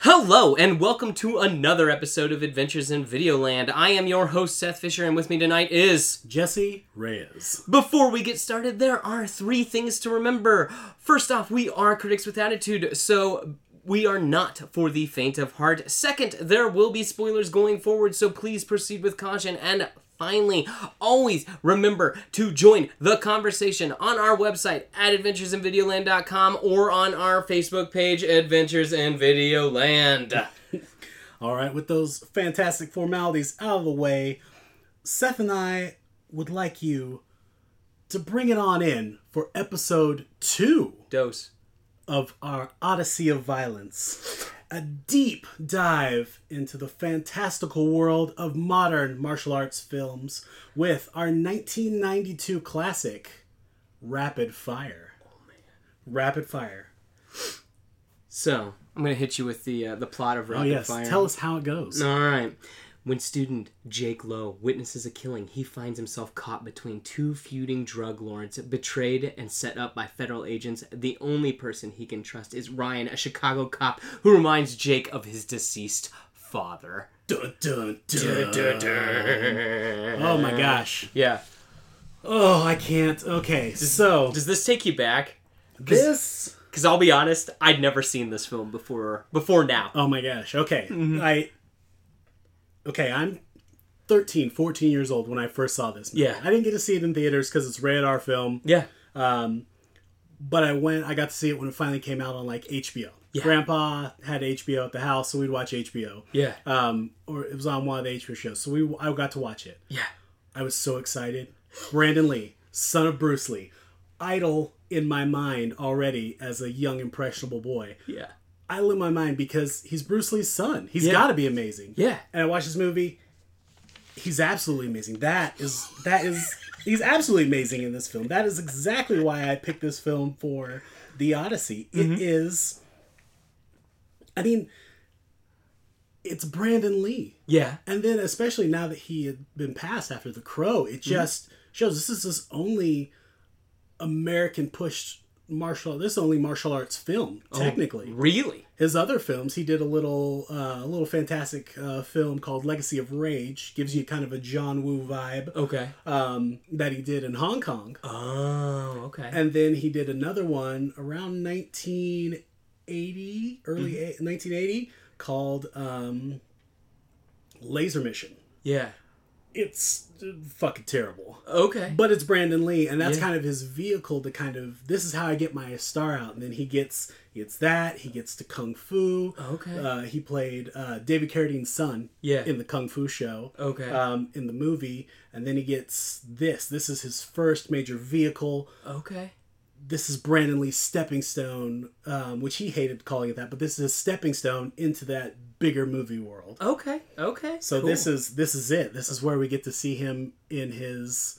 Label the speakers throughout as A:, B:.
A: Hello, and welcome to another episode of Adventures in Videoland. I am your host, Seth Fisher, and with me tonight is.
B: Jesse Reyes.
A: Before we get started, there are three things to remember. First off, we are critics with attitude, so we are not for the faint of heart. Second, there will be spoilers going forward, so please proceed with caution. And finally, always remember to join the conversation on our website at adventuresinvideoland.com or on our Facebook page, Adventures in Videoland.
B: All right, with those fantastic formalities out of the way, Seth and I would like you to bring it on in for episode two
A: Dose.
B: of our Odyssey of Violence. A deep dive into the fantastical world of modern martial arts films with our 1992 classic, Rapid Fire. Rapid Fire.
A: So I'm gonna hit you with the uh, the plot of
B: Oh,
A: Rapid
B: yes.
A: Fire.
B: Tell us how it goes.
A: All right. When student Jake Lowe witnesses a killing, he finds himself caught between two feuding drug lords, betrayed and set up by federal agents. The only person he can trust is Ryan, a Chicago cop who reminds Jake of his deceased father.
B: Dun, dun, dun. Oh my gosh.
A: Yeah.
B: Oh, I can't. Okay, so
A: Does this take you back?
B: this.
A: Because I'll be honest, I'd never seen this film before. Before now.
B: Oh my gosh. Okay, I. Okay, I'm 13, 14 years old when I first saw this. movie.
A: Yeah.
B: I didn't get to see it in theaters because it's a rated R film,
A: Yeah.
B: but I went. I got to see it when it finally came out on like HBO. Grandpa had HBO at the house, so we'd watch HBO.
A: Yeah.
B: Um, or it was on one of the HBO shows, so we I got to watch it.
A: Yeah.
B: I was so excited. Brandon Lee, son of Bruce Lee, idol in my mind already as a young impressionable boy.
A: Yeah.
B: idol in my mind because he's Bruce Lee's son. He's
A: Yeah.
B: got to be amazing.
A: Yeah.
B: And I watch this movie. He's absolutely amazing. That is that is he's absolutely amazing in this film. That is exactly why I picked this film for The Odyssey. It is I mean it's Brandon Lee.
A: Yeah.
B: And then, especially now that he had been passed after The Crow, it just shows this is his only American pushed martial. This is the only martial arts film technically.
A: Really?
B: His other films, he did a little, uh, a little fantastic uh, film called Legacy of Rage, gives you kind of a John Woo vibe
A: Okay.
B: um, that he did in Hong Kong,
A: Oh, okay.
B: and then he did another one around 1980, early eight- 1980, called um, Laser Mission
A: yeah.
B: it's uh, fucking terrible.
A: Okay.
B: But it's Brandon Lee, and that's
A: Yeah.
B: kind of his vehicle to kind of this is how I get my star out. And then he gets he gets that he gets to kung fu.
A: Okay.
B: Uh, he played uh, David Carradine's son.
A: Yeah.
B: In the kung fu show.
A: Okay.
B: Um, in the movie, and then he gets this. This is his first major vehicle.
A: okay.
B: This is Brandon Lee's stepping stone, um, which he hated calling it that, but this is a stepping stone into that bigger movie world.
A: Okay. Okay.
B: So this is this is it. This is where we get to see him in his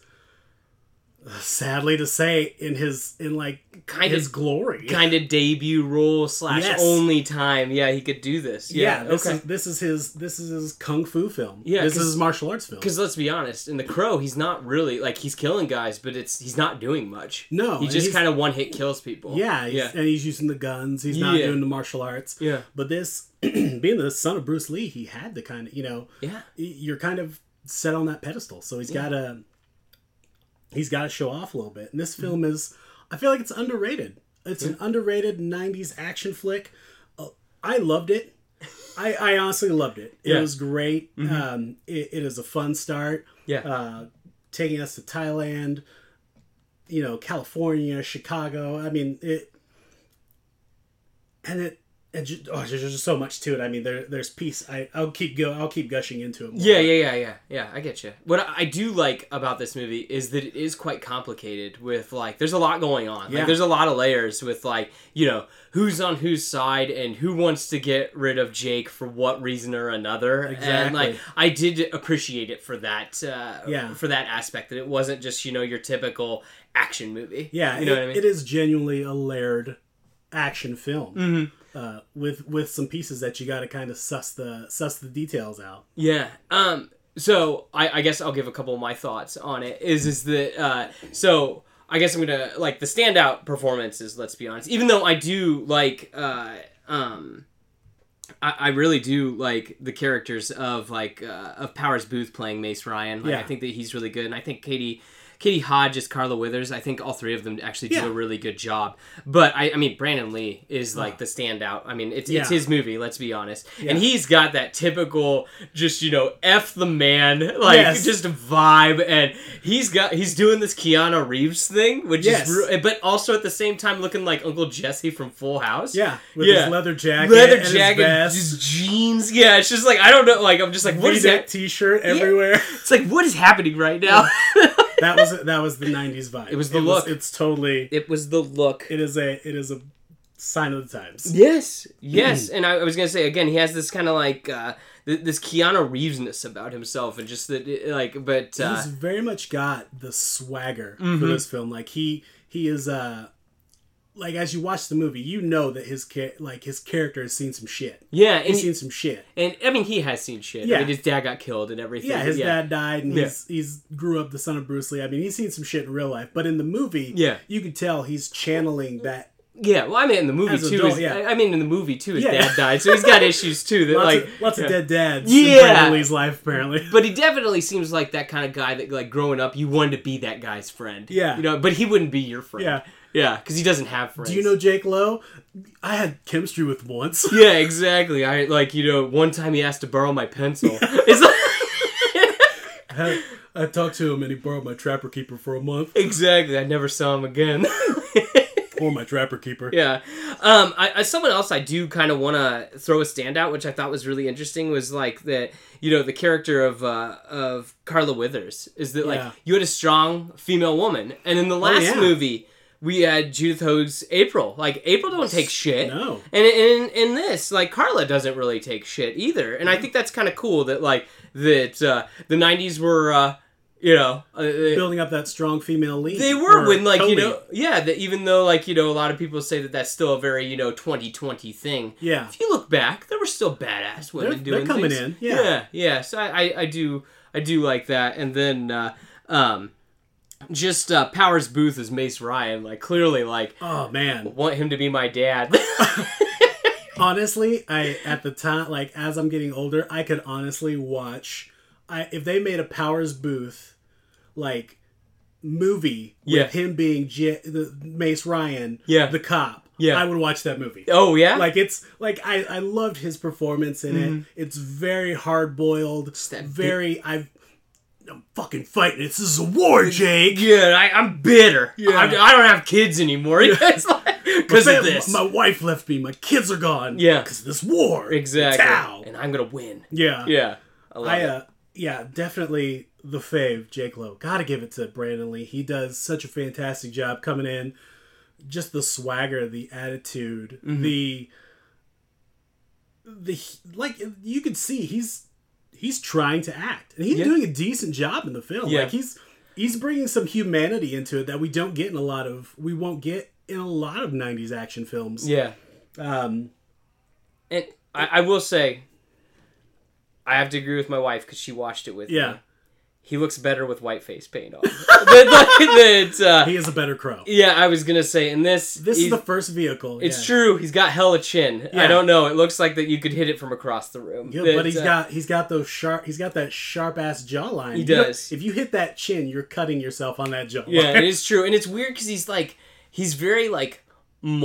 B: uh, sadly to say in his in like
A: Kind
B: his
A: of-
B: glory.
A: kind of debut role slash
B: Yes.
A: only time. Yeah, he could do this.
B: yeah,
A: Yeah.
B: this
A: okay.
B: is this is his this is his kung fu film.
A: Yeah,
B: this
A: 'cause-
B: is his martial arts film.
A: Because let's be honest, in The Crow, he's not really like he's killing guys, but it's he's not doing much.
B: No,
A: he
B: and
A: just
B: he's-
A: kind of one hit kills people.
B: Yeah, he's,
A: yeah,
B: and he's using the guns. He's not
A: Yeah.
B: doing the martial arts.
A: Yeah.
B: but this being the son of Bruce Lee, he had the kind of you know
A: yeah.
B: y- you're kind of set on that pedestal. So he's got to he's got to show off a little bit. And this film is I feel like it's underrated. It's an underrated 90s action flick. Uh, I loved it. I, I honestly loved it. It
A: Yeah.
B: was great. Um, it, it is a fun start.
A: Yeah.
B: Uh, taking us to Thailand, you know, California, Chicago. I mean, it and it and ju- oh, there's just so much to it. I mean, there there's peace. I I'll keep go. I'll keep gushing into it. more.
A: yeah, yeah, yeah, yeah, yeah. I get you. What I I do like about this movie is that it is quite complicated. With like, there's a lot going on.
B: Yeah.
A: Like, there's a lot of layers with like, you know, who's on whose side and who wants to get rid of Jake for what reason or another. And
B: Exactly.
A: like, I did appreciate it for that. Uh,
B: Yeah.
A: For that aspect, that it wasn't just you know your typical action movie.
B: yeah.
A: You know
B: it-
A: what I mean?
B: it is genuinely a layered action film
A: Mm-hmm.
B: uh, with with some pieces that you got to kind of suss the suss the details out.
A: Yeah. Um. So I, I guess I'll give a couple of my thoughts on it. Is is that uh, so? I guess I'm gonna like the standout performances. Let's be honest. Even though I do like uh, um, I, I really do like the characters of like uh, of Powers Booth playing Mace Ryan. Like, I
B: Yeah.
A: think that he's really good, and I think Katie. Katie Hodge is Carla Withers. I think all three of them actually
B: Yeah.
A: do a really good job. But I, I mean, Brandon Lee is like the standout. I mean, it's, it's
B: Yeah.
A: his movie. Let's be honest,
B: Yeah.
A: and he's got that typical, just you know, f the man, like
B: Yes.
A: just vibe. And he's got he's doing this Keanu Reeves thing, which
B: Yes.
A: is, re- but also at the same time looking like Uncle Jesse from Full House.
B: Yeah, with
A: Yeah.
B: his leather jacket,
A: leather
B: and his
A: jacket,
B: vest,
A: just jeans. Yeah, it's just like I don't know. Like I'm just like, what is
B: V-neck
A: that?
B: T-shirt everywhere.
A: It's like what is happening right now?
B: that was that was the '90s vibe. It
A: was the look.
B: it's totally.
A: it was the look.
B: It is a. It is a sign of the times.
A: Yes,
B: Mm-hmm.
A: yes, and I, I was gonna say again, he has this kind of like uh, th- this Keanu Reevesness about himself, and just that it- like, but uh,
B: he's very much got the swagger for
A: Mm-hmm.
B: this film. Like he he is uh like as you watch the movie, you know that his cha- like his character has seen some shit.
A: yeah, and,
B: He's seen some shit.
A: and I mean he has seen shit.
B: Yeah.
A: I mean, his dad got killed and everything.
B: Yeah, his
A: yeah.
B: dad died, and he's he's grew up the son of Bruce Lee. I mean, he's seen some shit in real life, but in the movie,
A: Yeah.
B: you could tell he's channeling that.
A: Yeah, well, I mean, in the movie
B: As an
A: too.
B: adult,
A: his-
B: yeah.
A: I I mean, in the movie too, his
B: Yeah.
A: dad died, so he's got issues too. That
B: Lots,
A: like
B: of, lots
A: yeah.
B: of dead dads. in
A: Yeah.
B: Brandon Lee's life apparently.
A: But he definitely seems like that kind of guy that, like, growing up, you wanted to be that guy's friend.
B: Yeah.
A: you know, but he wouldn't be your friend.
B: Yeah.
A: yeah, because he doesn't have friends.
B: Do you know Jake Lowe? I had chemistry with once.
A: Yeah, exactly. I like you know. One time he asked to borrow my pencil. It's like
B: I, had- I talked to him, and he borrowed my Trapper Keeper for a month.
A: exactly. I never saw him again.
B: Or my Trapper Keeper.
A: yeah. Um, I, I someone else I do kind of want to throw a standout, which I thought was really interesting, was like that. You know, the character of uh, of Carla Withers is that
B: Yeah. Oh,
A: like you had a strong female woman, and in the last
B: yeah.
A: movie we had Judith Hogue's April. Like April don't take shit.
B: No.
A: And in in this, like Carla doesn't really take shit either, and I think that's kind of cool that like that uh, the '90s were, uh, you know, uh, uh,
B: building up that strong female lead.
A: they were
B: Or
A: when like you
B: co-lead.
A: know, yeah, that even though like you know a lot of people say that that's still a very you know 2020 thing.
B: Yeah.
A: If you look back, there were still badass women
B: They're- they're
A: doing
B: coming
A: things.
B: in, yeah.
A: yeah, yeah. So I, I I do I do like that, and then. Uh, um, just uh, Powers Booth as Mace Ryan, like clearly, like
B: Oh man.
A: want him to be my dad.
B: Honestly, I at the time like as I'm getting older, I could honestly watch I if they made a Powers Booth like movie
A: Yeah.
B: with him being J- the Mace Ryan,
A: Yeah.
B: the cop.
A: Yeah.
B: I would watch that movie.
A: oh yeah,
B: Like it's like I I loved his performance in it. It's very hard boiled.
A: Mm-hmm. that bit-
B: Very I've I'm fucking fighting. This is a war, Jake.
A: good. I, I'm bitter.
B: Yeah.
A: I, I don't have kids anymore. It's like because
B: Fam-
A: of this.
B: My wife left me. My kids are gone.
A: Yeah.
B: because this war.
A: exactly.
B: Tow.
A: And I'm gonna win.
B: Yeah.
A: Yeah. I love
B: Uh, I
A: it.
B: uh, yeah, definitely the fave, Jake Lowe. Gotta give it to Brandon Lee. He does such a fantastic job coming in. Just the swagger, the attitude,
A: Mm-hmm.
B: the the like you could see he's he's trying to act and he's
A: Yeah.
B: doing a decent job in the film.
A: Yeah.
B: Like he's he's bringing some humanity into it that we don't get in a lot of we won't get in a lot of 90s action films.
A: Yeah.
B: Um,
A: And I, I will say, I have to agree with my wife because she watched it with me.
B: yeah,
A: He looks better with white face paint on. that, that, uh,
B: he is a better crow.
A: yeah, I was gonna say, in this,
B: This
A: he-
B: is the first vehicle.
A: It's
B: yeah.
A: true. He's got hella chin.
B: Yeah.
A: I don't know. It looks like that you could hit it from across the room.
B: Yeah,
A: That,
B: but he's
A: uh,
B: got he's got those sharp he's got that sharp ass jawline.
A: He
B: You know,
A: does.
B: if you hit that chin, you're cutting yourself on that jawline.
A: Yeah, it is true, and it's weird because he's like he's very like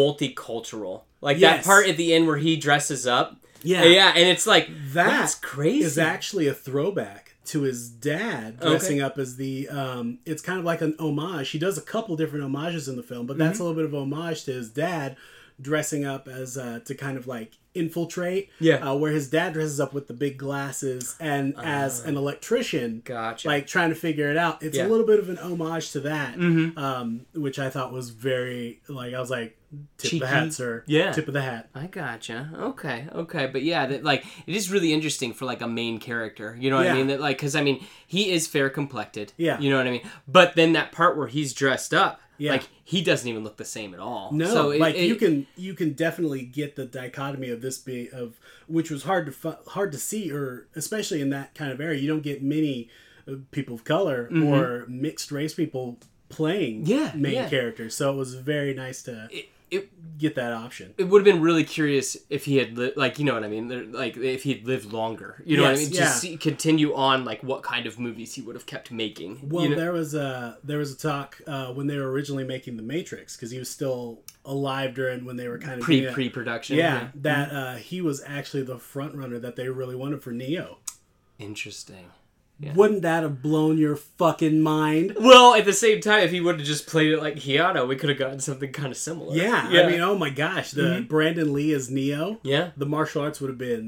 A: multicultural. Like
B: Yes.
A: that part at the end where he dresses up.
B: Yeah.
A: Yeah, and it's like
B: That
A: that's crazy.
B: is actually a throwback to his dad dressing up as the um it's kind of like an homage. He does a couple different homages in the film, but
A: Mm-hmm.
B: that's a little bit of homage to his dad dressing up as uh to kind of like infiltrate.
A: Yeah.
B: Uh, where his dad dresses up with the big glasses and as
A: Ah,
B: an electrician.
A: gotcha.
B: like trying to figure it out. It's a
A: Yeah. Mm-hmm.
B: little bit of an homage to that, um, which I thought was very like I was like tip
A: Cheeky.
B: of the hat, sir.
A: Yeah.
B: tip of the hat.
A: I gotcha. Okay, okay, but yeah, that like it is really interesting for like a main character. You know what
B: Yeah.
A: I mean? That like because I mean he is fair complected.
B: Yeah.
A: you know what I mean. But then that part where he's dressed up,
B: Yeah.
A: like he doesn't even look the same at all.
B: No,
A: so it-
B: like you
A: it-
B: can you can definitely get the dichotomy of this be of which was hard to fu- hard to see, or especially in that kind of area, you don't get many uh, people of color or mixed race people playing
A: Yeah,
B: main
A: Mm-hmm. yeah.
B: characters. So it was very nice to
A: it
B: get that option.
A: it would have been really curious if he had li- like you know what I mean There- like if he'd lived longer you know what I
B: Yes,
A: mean
B: yeah.
A: to see, continue on like what kind of movies he would have kept making you
B: Well,
A: know?
B: there was a there was a talk uh, when they were originally making The Matrix because he was still alive during when they were kind of
A: pre
B: doing it.
A: pre Mm-hmm. production
B: yeah, that uh, he was actually the front runner that they really wanted for Neo.
A: interesting
B: Wouldn't that have blown your fucking mind?
A: well at the same time if he would have just played it like Keanu we could have gotten something kind of similar
B: Yeah, I mean, oh my gosh, the
A: Mm-hmm.
B: Brandon Lee as Neo.
A: yeah
B: the martial arts would have been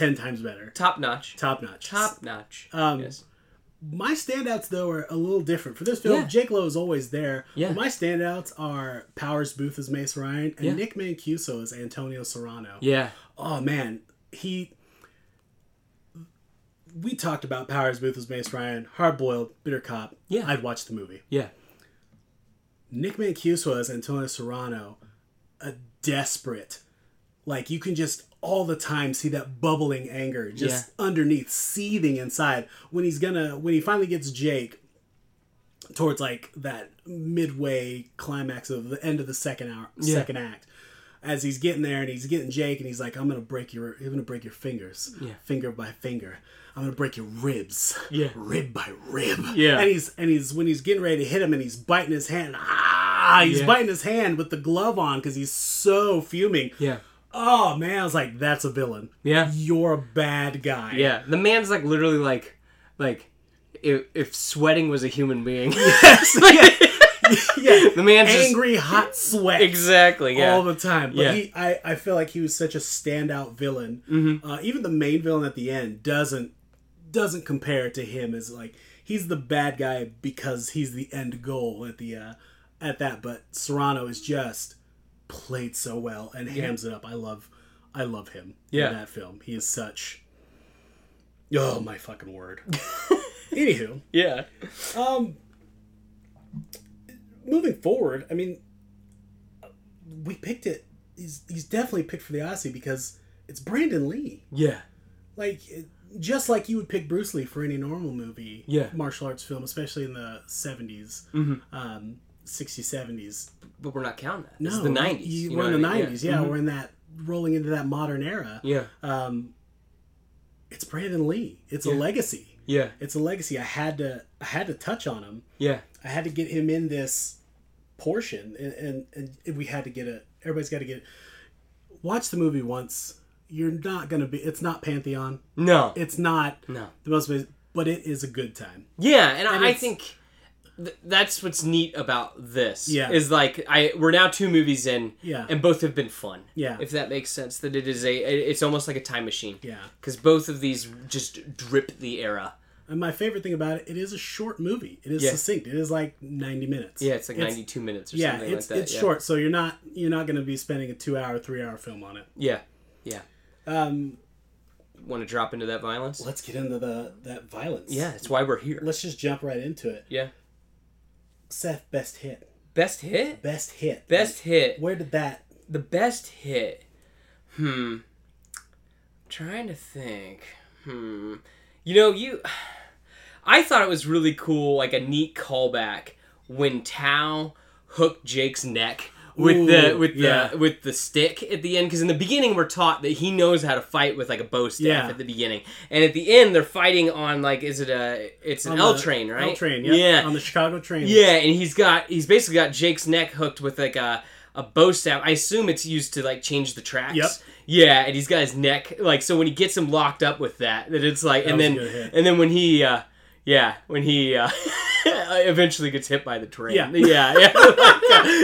B: ten times better,
A: top notch
B: top notch.
A: top notch
B: Um,
A: yes
B: My standouts though are a little different for this film.
A: Yeah.
B: Jake Lowe is always there.
A: Yeah.
B: My standouts are Powers Booth as Mace Ryan and
A: Yeah.
B: Nick Mancuso as Antonio Serrano.
A: yeah
B: Oh man, he. We talked about Powers Booth as Mace Ryan, hard boiled, bitter cop.
A: Yeah.
B: I'd watch the movie.
A: yeah
B: Nick Mancuso as Antonio Serrano, a desperate, like you can just all the time see that bubbling anger just underneath, seething inside. When he's gonna, when he finally gets Jake towards like that midway climax of the end of the second hour,
A: Yeah.
B: second act, as he's getting there and he's getting Jake and he's like, "I'm gonna break your, I'm gonna break your fingers,
A: Yeah.
B: finger by finger. I'm gonna break your ribs,
A: Yeah.
B: rib by rib."
A: Yeah.
B: and he's and he's when he's getting ready to hit him and he's biting his hand. Ah, he's
A: Yeah.
B: biting his hand with the glove on because he's so fuming.
A: yeah
B: Oh man, I was like, that's a villain.
A: yeah
B: You're a bad guy.
A: Yeah, the man's like literally like like if, if sweating was a human being.
B: yeah.
A: the man's just-
B: Angry, hot sweat.
A: exactly. Yeah.
B: All the time, but
A: Yeah.
B: he, I, I feel like he was such a standout villain. Uh, even the main villain at the end doesn't doesn't compare to him as like he's the bad guy because he's the end goal at the uh, at that. But Serrano is just played so well and hams it up. I love I love him
A: Yeah.
B: in that film. He is such oh my fucking word. Anywho,
A: yeah.
B: um, moving forward, I mean, we picked it. He's he's definitely picked for the Aussie because it's Brandon Lee.
A: Yeah.
B: Like it- just like you would pick Bruce Lee for any normal movie,
A: Yeah.
B: martial arts film, especially in the 70s um, 60s, 70s.
A: But we're not counting that.
B: No,
A: This is the nineties.
B: You, we're in the 90s. Yeah, we're in that rolling into that modern era.
A: Mm-hmm. Yeah.
B: Um, it's Brandon Lee. It's a
A: Yeah.
B: legacy.
A: Yeah.
B: It's a legacy. I had to I had to touch on him.
A: Yeah.
B: I had to get him in this portion, and and, and we had to get a. Everybody's got to get. Watch the movie once. You're not gonna be. It's not Pantheon.
A: No.
B: It's not
A: No.
B: the most. But it is a good time.
A: Yeah, and, I I
B: it's-
A: think th- that's what's neat about this.
B: Yeah.
A: is like I we're now two movies in.
B: Yeah.
A: and both have been fun.
B: Yeah.
A: if that makes sense. That it is a it- it's almost like a time machine.
B: Yeah.
A: because both of these just drip the era.
B: And my favorite thing about it, it is a short movie. It is
A: Yeah.
B: succinct. It is like ninety minutes.
A: Yeah, it's like ninety two minutes or
B: Yeah,
A: something
B: it's
A: like that.
B: it's
A: yeah.
B: short, so you're not you're not gonna be spending a two hour, three hour film on it.
A: Yeah, yeah.
B: Um,
A: Want to drop into that violence?
B: let's get into the that violence.
A: yeah, that's why we're here.
B: Let's just jump right into it.
A: yeah.
B: Seth, best hit.
A: Best hit.
B: Best hit.
A: Best hit.
B: Where did that
A: The best hit. Hmm. Trying to think. Hmm. You know, you. I thought it was really cool, like a neat callback when Tao hooked Jake's neck with the
B: Ooh,
A: with
B: yeah.
A: the with the stick at the end. Because in the beginning, we're taught that he knows how to fight with like a bow staff
B: Yeah.
A: at the beginning, and at the end, they're fighting on like is it a it's an
B: on
A: L
B: the
A: train, right?
B: L train, yep,
A: yeah.
B: On the Chicago train.
A: Yeah, and he's got he's basically got Jake's neck hooked with like a a bow staff. I assume it's used to like change the tracks.
B: Yep.
A: Yeah, and he's got his neck like so when he gets him locked up with that, that it's like and
B: was a
A: then
B: good hit.
A: and then when he uh yeah, when he uh eventually gets hit by the train.
B: Yeah.
A: yeah, yeah. like, uh,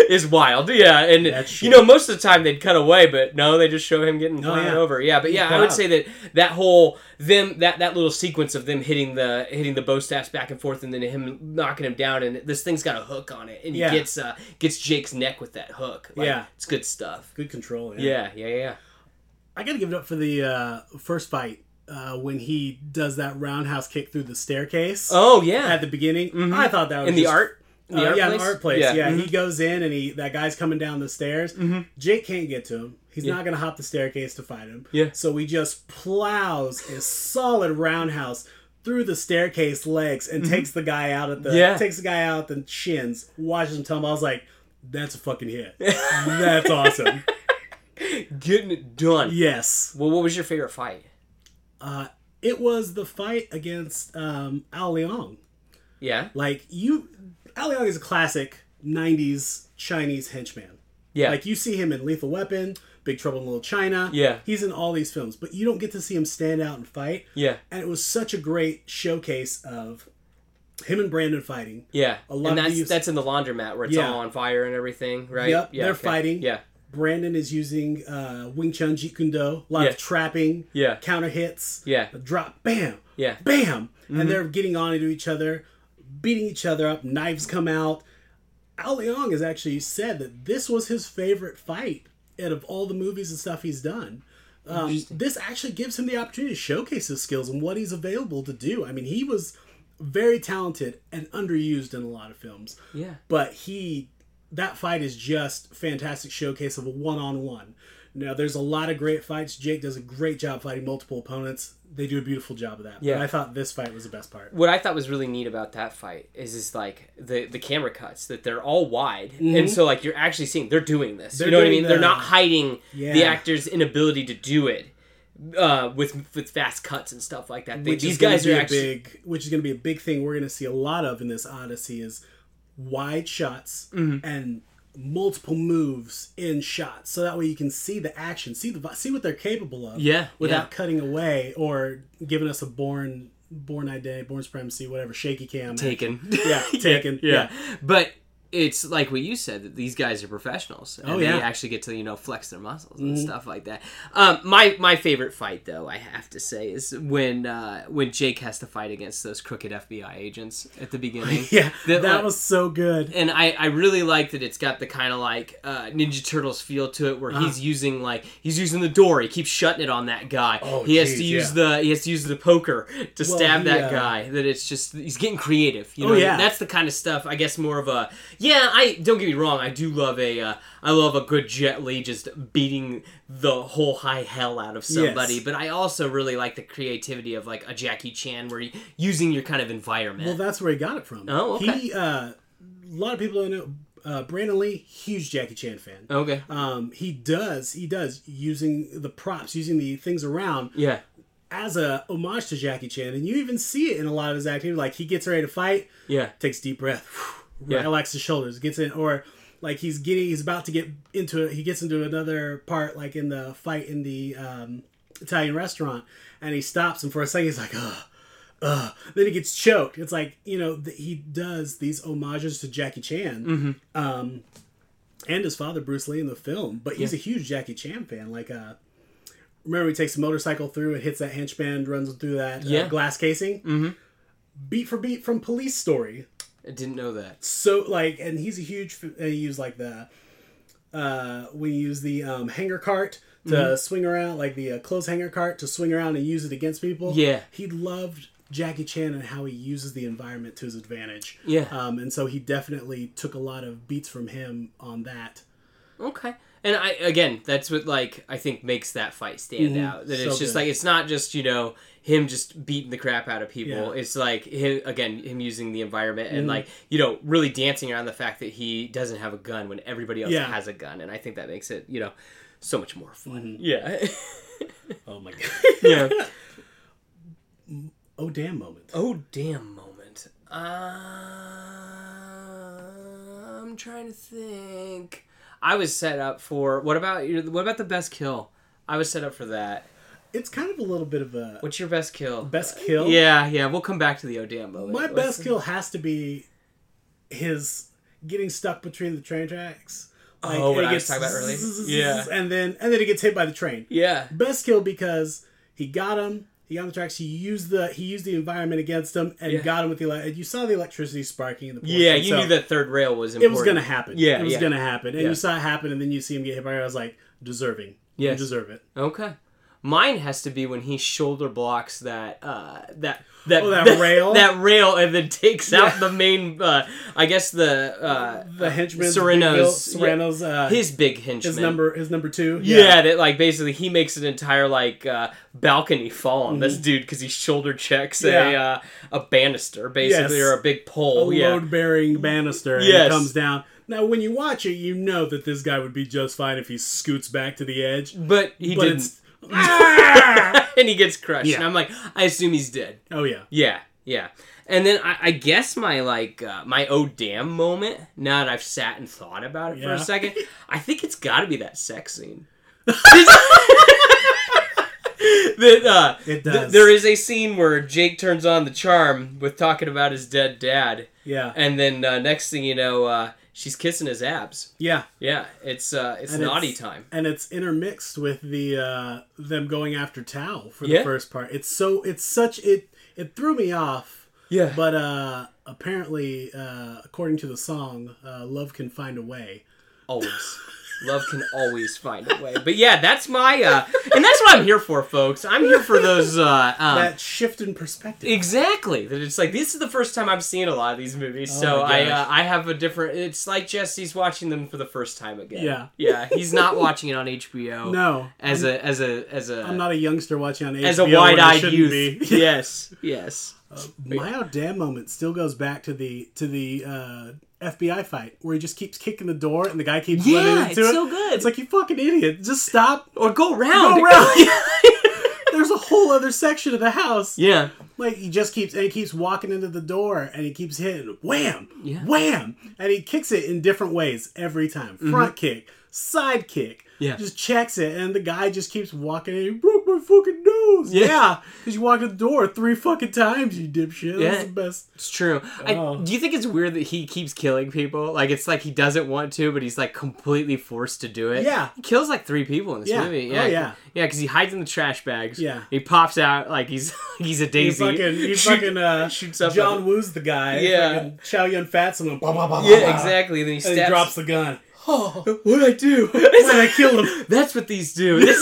A: it's wild. Yeah, and
B: That's
A: you know most of the time they'd cut away, but no, they just show him getting
B: Oh,
A: thrown
B: yeah.
A: over. Yeah, but yeah, I would
B: proud.
A: say that that whole them that that little sequence of them hitting the hitting the bow staffs back and forth, and then him knocking him down, and this thing's got a hook on it, and
B: Yeah.
A: he gets uh, gets Jake's neck with that hook. Like,
B: Yeah.
A: it's good stuff.
B: Good control.
A: Yeah, yeah, yeah, yeah.
B: I gotta give it up for the uh, first fight uh, when he does that roundhouse kick through the staircase
A: Oh yeah,
B: at the beginning. I thought that
A: Mm-hmm.
B: was
A: in the
B: just-
A: art, in the
B: Uh,
A: art
B: yeah,
A: place?
B: the art place. Yeah,
A: Mhm.
B: he goes in and he that guy's coming down the stairs.
A: Mm-hmm.
B: Jake can't get to him. He's not gonna hop the staircase to fight him.
A: Yeah.
B: So he just plows a solid roundhouse through the staircase legs and takes the guy out at the
A: Mm-hmm. Yeah.
B: takes the guy out at the shins, watches him tumble. I was like, That's a fucking hit. That's awesome.
A: Mm-hmm. Getting it done.
B: Yes.
A: Well, what was your favorite fight?
B: Uh, it was the fight against um, Ao Leong.
A: Yeah.
B: Like, you. Ao Leong is a classic 90s Chinese henchman.
A: Yeah.
B: Like, you see him in Lethal Weapon, Big Trouble in Little China.
A: Yeah.
B: He's in all these films, but you don't get to see him stand out and fight.
A: yeah.
B: And it was such a great showcase of him and Brandon fighting.
A: Yeah.
B: lot
A: and
B: of
A: that's
B: these-
A: that's in the laundromat where it's
B: Yeah.
A: all on fire and everything, right?
B: Yep,
A: Yeah,
B: they're
A: okay.
B: fighting.
A: Yeah.
B: Brandon is using uh, Wing Chun Jeet Kune Do, a lot
A: Yeah.
B: of trapping,
A: Yeah.
B: counter hits,
A: Yeah.
B: a drop, bam,
A: Yeah.
B: bam, and they're getting on into each other, beating each other up. Knives come out. Al Leong has actually said that this was his favorite fight out of all the movies and stuff he's done. Um, this actually gives him the opportunity to showcase his skills and what he's available to do. I mean, he was very talented and underused in a lot of films
A: Yeah.
B: but he that fight is just fantastic showcase of a one-on-one now there's a lot of great fights jake does a great job fighting multiple opponents they do a beautiful job of that
A: Yeah.
B: but i thought this fight was the best part
A: What I thought was really neat about that fight is is like the the camera cuts that they're all wide, and so like you're actually seeing they're doing this. you
B: Mm-hmm. They're
A: know what I
B: doing
A: mean? They're
B: the-
A: not hiding the
B: Yeah.
A: actor's inability to do it uh, with with fast cuts and stuff like that. They,
B: which
A: these
B: is gonna
A: guys
B: be
A: are
B: a
A: actually
B: big which is going to be a big thing we're going to see a lot of in this odyssey is wide shots
A: Mm-hmm.
B: and multiple moves in shots so that way you can see the action see the see what they're capable of
A: Yeah,
B: without
A: yeah.
B: cutting away or giving us a born born idea born supremacy whatever shaky cam
A: taken.
B: yeah taken yeah,
A: yeah. But it's like what you said that these guys are professionals. And
B: Oh,
A: They
B: yeah. Mm-hmm.
A: actually get to you know flex their muscles and stuff like that. Um, my my favorite fight though I have to say is when uh, when Jake has to fight against those crooked FBI agents at the beginning.
B: Yeah,
A: That,
B: that,
A: like-
B: was so good.
A: and I, I really like that it's got the kind of like uh, Ninja Turtles feel to it,
B: Uh-huh.
A: where he's using like he's using the door. He keeps shutting it on that guy.
B: Oh,
A: he has
B: geez,
A: to use the he has to use the poker to
B: Well,
A: stab
B: he,
A: that
B: uh,
A: guy. That it's just he's getting creative. You know, what
B: Oh,
A: I mean?
B: yeah.
A: that's the kind of stuff. I guess more of a yeah. I don't get me wrong. I do love a uh, I love a good Jet Li just beating the whole high hell out of somebody.
B: Yes.
A: But I also really like the creativity of like a Jackie Chan, where you using your kind of environment.
B: Well, that's where he got it from.
A: Oh, okay.
B: He, uh, a lot of people don't know. Uh, Brandon Lee, huge Jackie Chan fan.
A: okay.
B: Um, he does, he does using the props, using the things around
A: Yeah.
B: as a homage to Jackie Chan, and you even see it in a lot of his acting. Like he gets ready to fight,
A: Yeah.
B: takes a deep breath,
A: Yeah.
B: relaxes his shoulders, gets in, or like he's getting, he's about to get into it. He gets into another part, like in the fight in the um, Italian restaurant, and he stops, and for a second he's like, ugh. Ugh. Then he gets choked. It's like you know th- he does these homages to Jackie Chan,
A: Mm-hmm.
B: um, and his father Bruce Lee in the film. But he's a huge Jackie Chan fan. Like, uh, remember he takes a motorcycle through and hits that henchman, runs through that uh,
A: Yeah. Mm-hmm.
B: glass casing, beat for beat from Police Story
A: I didn't know that.
B: so like and he's a huge f- uh, he used like the uh we use the um hanger cart to swing around like the uh, clothes hanger cart to swing around and use it against people
A: Yeah.
B: he loved jackie chan and how he uses the environment to his advantage
A: Yeah.
B: um and so he definitely took a lot of beats from him on that
A: Uh, Okay. And I again, that's what like I think makes that fight stand out. That it's
B: Mm-hmm. So
A: just
B: good.
A: like it's not just you know him just beating the crap out of people.
B: Yeah. Mm-hmm.
A: It's like him again him using the environment and like you know really dancing around the fact that he doesn't have a gun when everybody else
B: Yeah.
A: has a gun. And I think that makes it you know so much more
B: Mm-hmm.
A: fun. Yeah.
B: oh my god
A: yeah.
B: oh damn moment
A: Oh damn moment. Uh, I'm trying to think. I was set up for what about your what about the best kill? I was set up for that.
B: it's kind of a little bit of a
A: What's your best kill?
B: best kill
A: Yeah, yeah. We'll come back to the Odam moment.
B: My
A: Let's-
B: best kill has to be his getting stuck between the train tracks. Like,
A: Oh, what
B: and
A: I
B: he
A: was
B: gets
A: talking about earlier?
B: zzz- zzz-
A: Yeah.
B: and then and then he gets hit by the train.
A: Yeah.
B: Best kill because he got him. He got on the tracks. He used the he used the environment against him and
A: Yeah.
B: got him with the ele- you saw the electricity sparking in the portion,
A: Yeah, you
B: so
A: knew that third rail was
B: it
A: important.
B: was gonna happen.
A: Yeah,
B: it was
A: yeah.
B: gonna happen, and
A: Yeah.
B: you saw it happen, and then you see him get hit by. it. I was like, deserving.
A: Yes.
B: You deserve it.
A: Okay. Mine has to be when he shoulder blocks that uh, that that,
B: Oh, that rail?
A: that rail and then takes out the main uh, I guess the uh,
B: The henchman
A: Serrano's-
B: Serrano's uh, his,
A: his big henchman
B: number his number two.
A: Yeah. that like basically he makes an entire like uh, balcony fall on this dude because he shoulder checks
B: Mm-hmm. Yeah.
A: a uh, a banister basically
B: Yes.
A: or a big pole.
B: a
A: yeah,
B: load bearing banister and
A: Yes.
B: it comes down. Now, when you watch it, you know that this guy would be just fine if he scoots back to the edge.
A: But he
B: But
A: didn't.
B: it's
A: and he gets crushed.
B: Yeah.
A: And I'm like, I assume he's dead.
B: oh yeah,
A: Yeah, yeah. And then I, I guess my like uh, my oh damn moment. Now that I've sat and thought about it for
B: Yeah.
A: a second, I think it's got to be that sex scene. that uh,
B: It
A: th-
B: does.
A: there is a scene where Jake turns on the charm with talking about his dead dad,
B: yeah,
A: and then uh, next thing you know, uh, she's kissing his abs.
B: yeah.
A: Yeah, it's uh, it's
B: And
A: naughty
B: it's-
A: time.
B: and it's intermixed with the uh, them going after Tao for the
A: Yeah.
B: first part. It's so it's such it it threw me off.
A: Yeah,
B: But uh, apparently, uh, according to the song, uh, "Love Can Find a Way."
A: always. Love can always find a way. But yeah, that's my uh and that's what I'm here for, folks. I'm here for those uh um,
B: That shift in perspective.
A: Exactly. That it's like this is the first time I've seen a lot of these movies, so
B: Oh my
A: I uh,
B: gosh.
A: I have a different. It's like Jesse's watching them for the first time again.
B: Yeah.
A: yeah. He's not watching it on HBO.
B: no,
A: as a
B: I'm,
A: as a as a
B: I'm not a youngster watching on HBO
A: as a
B: when I
A: wide-eyed
B: shouldn't
A: youth.
B: be.
A: yes, yes.
B: My out damn moment still goes back to the to the uh, FBI fight where he just keeps kicking the door and the guy keeps
A: Yeah,
B: running into
A: it's
B: it.
A: so good.
B: It's like you fucking idiot, just stop.
A: Or go round.
B: Go round. There's a whole other section of the house.
A: yeah.
B: Like he just keeps and he keeps walking into the door and he keeps hitting wham,
A: Yeah.
B: wham, and he kicks it in different ways every time. Front kick, side kick.
A: Mm-hmm. Yeah.
B: Just checks it and the guy just keeps walking and he broke my fucking nose.
A: Yeah.
B: Yeah. Because you walked in the door three fucking times, you dipshit. That's
A: Yeah.
B: the best.
A: It's true.
B: Oh.
A: I, do you think it's weird that he keeps killing people? Like it's like he doesn't want to, but he's like completely forced to do it.
B: Yeah.
A: he kills like three people in this
B: Yeah.
A: movie.
B: Oh,
A: Yeah,
B: yeah.
A: yeah, because he hides in the trash bags.
B: Yeah.
A: he pops out like he's he's a
B: He
A: daisy.
B: fucking, he
A: Shoot-
B: fucking uh,
A: shoots up
B: John
A: at-
B: Woo's the guy.
A: Yeah.
B: Fucking Chow Yun Fat's and then blah, blah, blah, blah,
A: yeah,
B: blah.
A: exactly. Then he
B: And
A: stabs.
B: he drops the gun. Oh,
A: What'd I do?
B: and I killed him.
A: That's what these do. And it's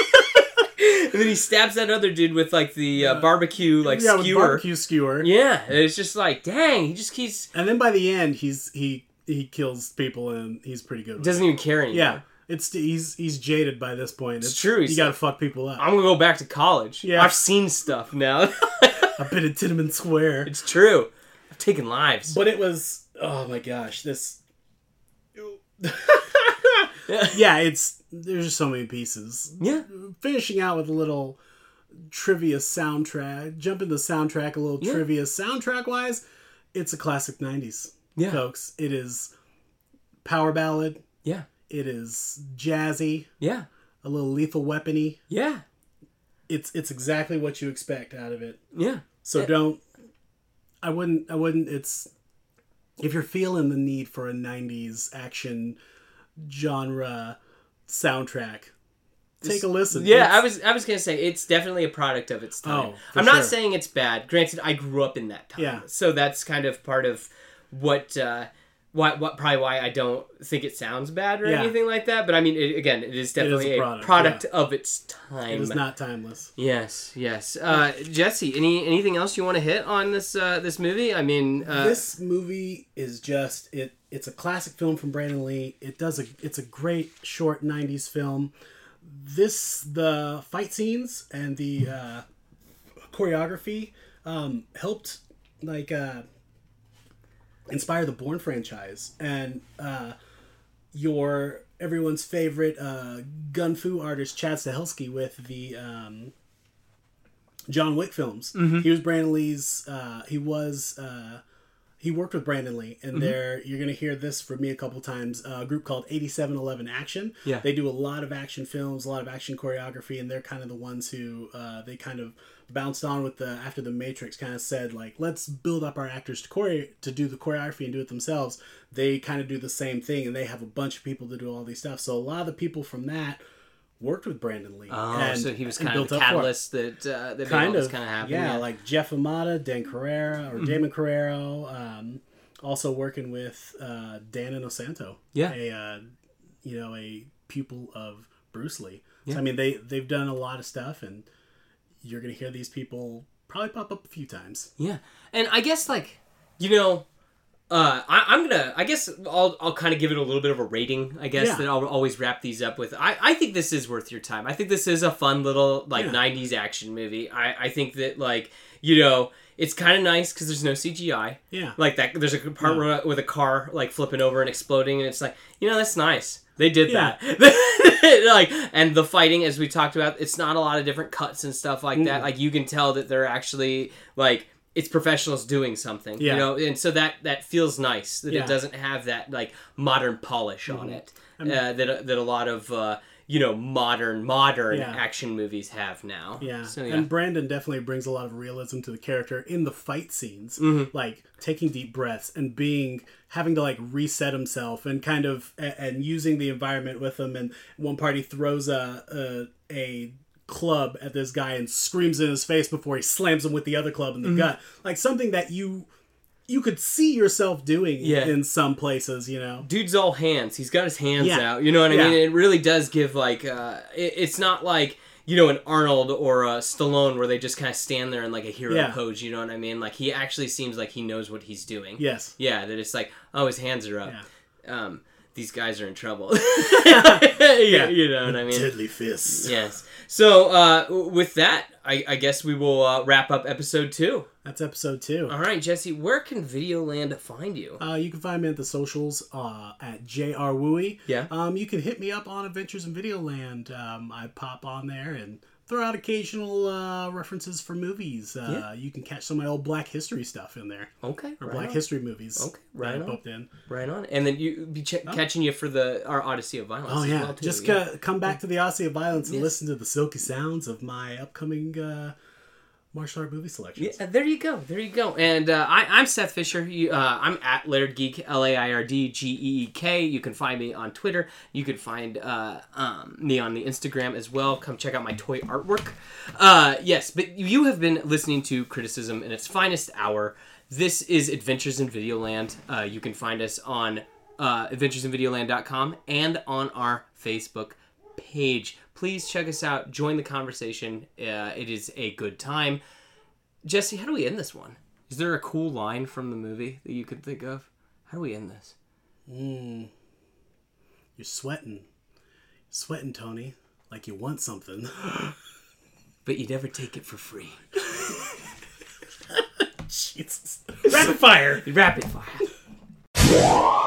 A: like- and then he stabs that other dude with like the uh, barbecue like
B: Yeah, with
A: skewer.
B: barbecue skewer.
A: Yeah, and it's just like dang. He just keeps
B: And then by the end, he's he he kills people and he's pretty good. with
A: doesn't even care anymore.
B: it. yeah. It's he's he's jaded by this point. It's,
A: true,
B: You
A: he's
B: gotta fuck people up.
A: I'm gonna go back to college.
B: Yeah.
A: I've seen stuff now.
B: I've been in Tiananmen Square.
A: It's true. I've taken lives.
B: But it was oh my gosh, this.
A: Yeah.
B: yeah, it's there's just so many pieces.
A: yeah.
B: finishing out with a little trivia soundtrack. Jump in the soundtrack a little
A: Yeah.
B: trivia soundtrack wise. It's a classic '90s,
A: Yeah.
B: folks. It is power ballad.
A: Yeah.
B: It is jazzy,
A: Yeah.
B: a little lethal weapony.
A: Yeah.
B: It's it's exactly what you expect out of it.
A: Yeah.
B: So don't. I wouldn't. I wouldn't. It's if you're feeling the need for a '90s action genre soundtrack, take a listen.
A: Yeah,
B: It's-
A: I was I was gonna say it's definitely a product of its time.
B: Oh, for
A: I'm not
B: sure.
A: saying it's bad. Granted, I grew up in that time.
B: Yeah.
A: So that's kind of part of what uh why what probably why I don't think it sounds bad or
B: Yeah.
A: anything like that. But I mean it, again, it is
B: a
A: definitely a
B: product,
A: product, of its time.
B: it is not timeless.
A: yes, yes. Uh Jesse, any anything else you wanna hit on this uh this movie? I mean uh
B: this movie is just it it's a classic film from Brandon Lee. It does a it's a great short 90s film. This the fight scenes and the uh, choreography um, helped like uh, inspire the Bourne franchise and uh, your everyone's favorite uh, gun fu artist Chad Stahelski with the um, John Wick films.
A: Mm-hmm.
B: He was Brandon Lee's. Uh, he was. Uh, he worked with Brandon Lee,
A: Mm-hmm.
B: and there you're gonna hear this from me a couple times. A group called 8711 Action.
A: Yeah.
B: they do a lot of action films, a lot of action choreography, and they're kind of the ones who uh, they kind of bounced on with the after the Matrix. Kind of said like, let's build up our actors to choreo to do the choreography and do it themselves. They kind of do the same thing, and they have a bunch of people to do all these stuff. So a lot of the people from that worked with Brandon Lee.
A: Oh,
B: and,
A: so he was
B: and
A: kind of
B: built
A: the
B: up for it
A: catalyst that uh, that made all
B: kind
A: this
B: of,
A: kind of happen.
B: Yeah, like Jeff Amata, Dan Carrera, or Damon Carrero. Um, also working with uh, Dan Inosanto.
A: Yeah.
B: a uh, you know a pupil of Bruce Lee. So, I mean, they they've done a lot of stuff, and you're gonna hear these people probably pop up a few times.
A: Yeah, and I guess like you know, uh, I, I'm gonna. I guess I'll I'll kind of give it a little bit of a rating. I guess
B: Yeah.
A: that I'll always wrap these up with. I I think this is worth your time. I think this is a fun little like
B: Yeah.
A: '90s action movie. I I think that like you know. It's kind of nice because there's no CGI.
B: Yeah.
A: Like that, there's a part where, with a car like flipping over and exploding, and it's like, you know, that's nice. They did
B: Yeah.
A: that. like, and the fighting, as we talked about, it's not a lot of different cuts and stuff like that. Like you can tell that they're actually like it's professionals doing something.
B: Yeah.
A: You know, and so that that feels nice that
B: Yeah. Mm-hmm.
A: it doesn't have that like modern polish on it uh, that that a lot of. Uh, you know, modern modern
B: Yeah.
A: action movies have now.
B: Yeah.
A: So, yeah.
B: and Brandon definitely brings a lot of realism to the character in the fight scenes,
A: Mm-hmm.
B: like taking deep breaths and being having to like reset himself and kind of a- and using the environment with him. And one party throws a a, a club at this guy and screams in his face before he slams him with the other club in
A: Mm-hmm.
B: the gut, like something that you you could see yourself doing
A: Yeah.
B: in some places, you know.
A: dude's all hands. He's got his hands
B: Yeah.
A: out. You know what I
B: Yeah.
A: mean? It really does give like uh, it, it's not like you know an Arnold or a Stallone where they just kind of stand there in like a hero
B: Yeah.
A: pose. You know what I mean? Like he actually seems like he knows what he's doing.
B: Yes.
A: Yeah, that it's like oh his hands are up. Um, these guys are in trouble. yeah, you know what I mean.
B: Deadly fist.
A: Yes. So uh, w- with that, I, I guess we will uh, wrap up episode two.
B: That's episode two.
A: All right, Jesse, where can Videoland find you?
B: Uh, you can find me at the socials uh, at JR Wooey.
A: Yeah.
B: Um, you can hit me up on Adventures in Videoland. Um, I pop on there and throw out occasional uh, references for movies. Uh,
A: Yeah.
B: You can catch some of my old Black History stuff in there,
A: Okay.
B: or
A: right
B: Black
A: on.
B: History movies.
A: Okay,
B: that
A: right
B: I
A: on.
B: popped in.
A: Right on, and then you be ch- catching you for the our Odyssey of Violence.
B: Oh
A: as
B: yeah,
A: well, too,
B: just
A: yeah.
B: uh, come back to the Odyssey of Violence and listen to the silky sounds of my upcoming uh, martial art movie selections.
A: Yeah, there you go. There you go. And uh, I, I'm Seth Fisher. You, uh, I'm at Laird Geek, L A I R D G E E K. You can find me on Twitter. You can find uh, um, me on the Instagram as well. Come check out my toy artwork. Uh, yes, but you have been listening to Criticism in its finest hour. This is Adventures in Videoland. Uh, you can find us on uh, adventuresinvideoland.com and on our Facebook page. Please check us out. Join the conversation. Uh, it is a good time. Jesse, how do we end this one? Is there a cool line from the movie that you could think of? How do we end this?
B: You're sweating, sweating, Tony, like you want something.
A: But you never take it for free.
B: Jesus, rapid fire.
A: Rapid fire.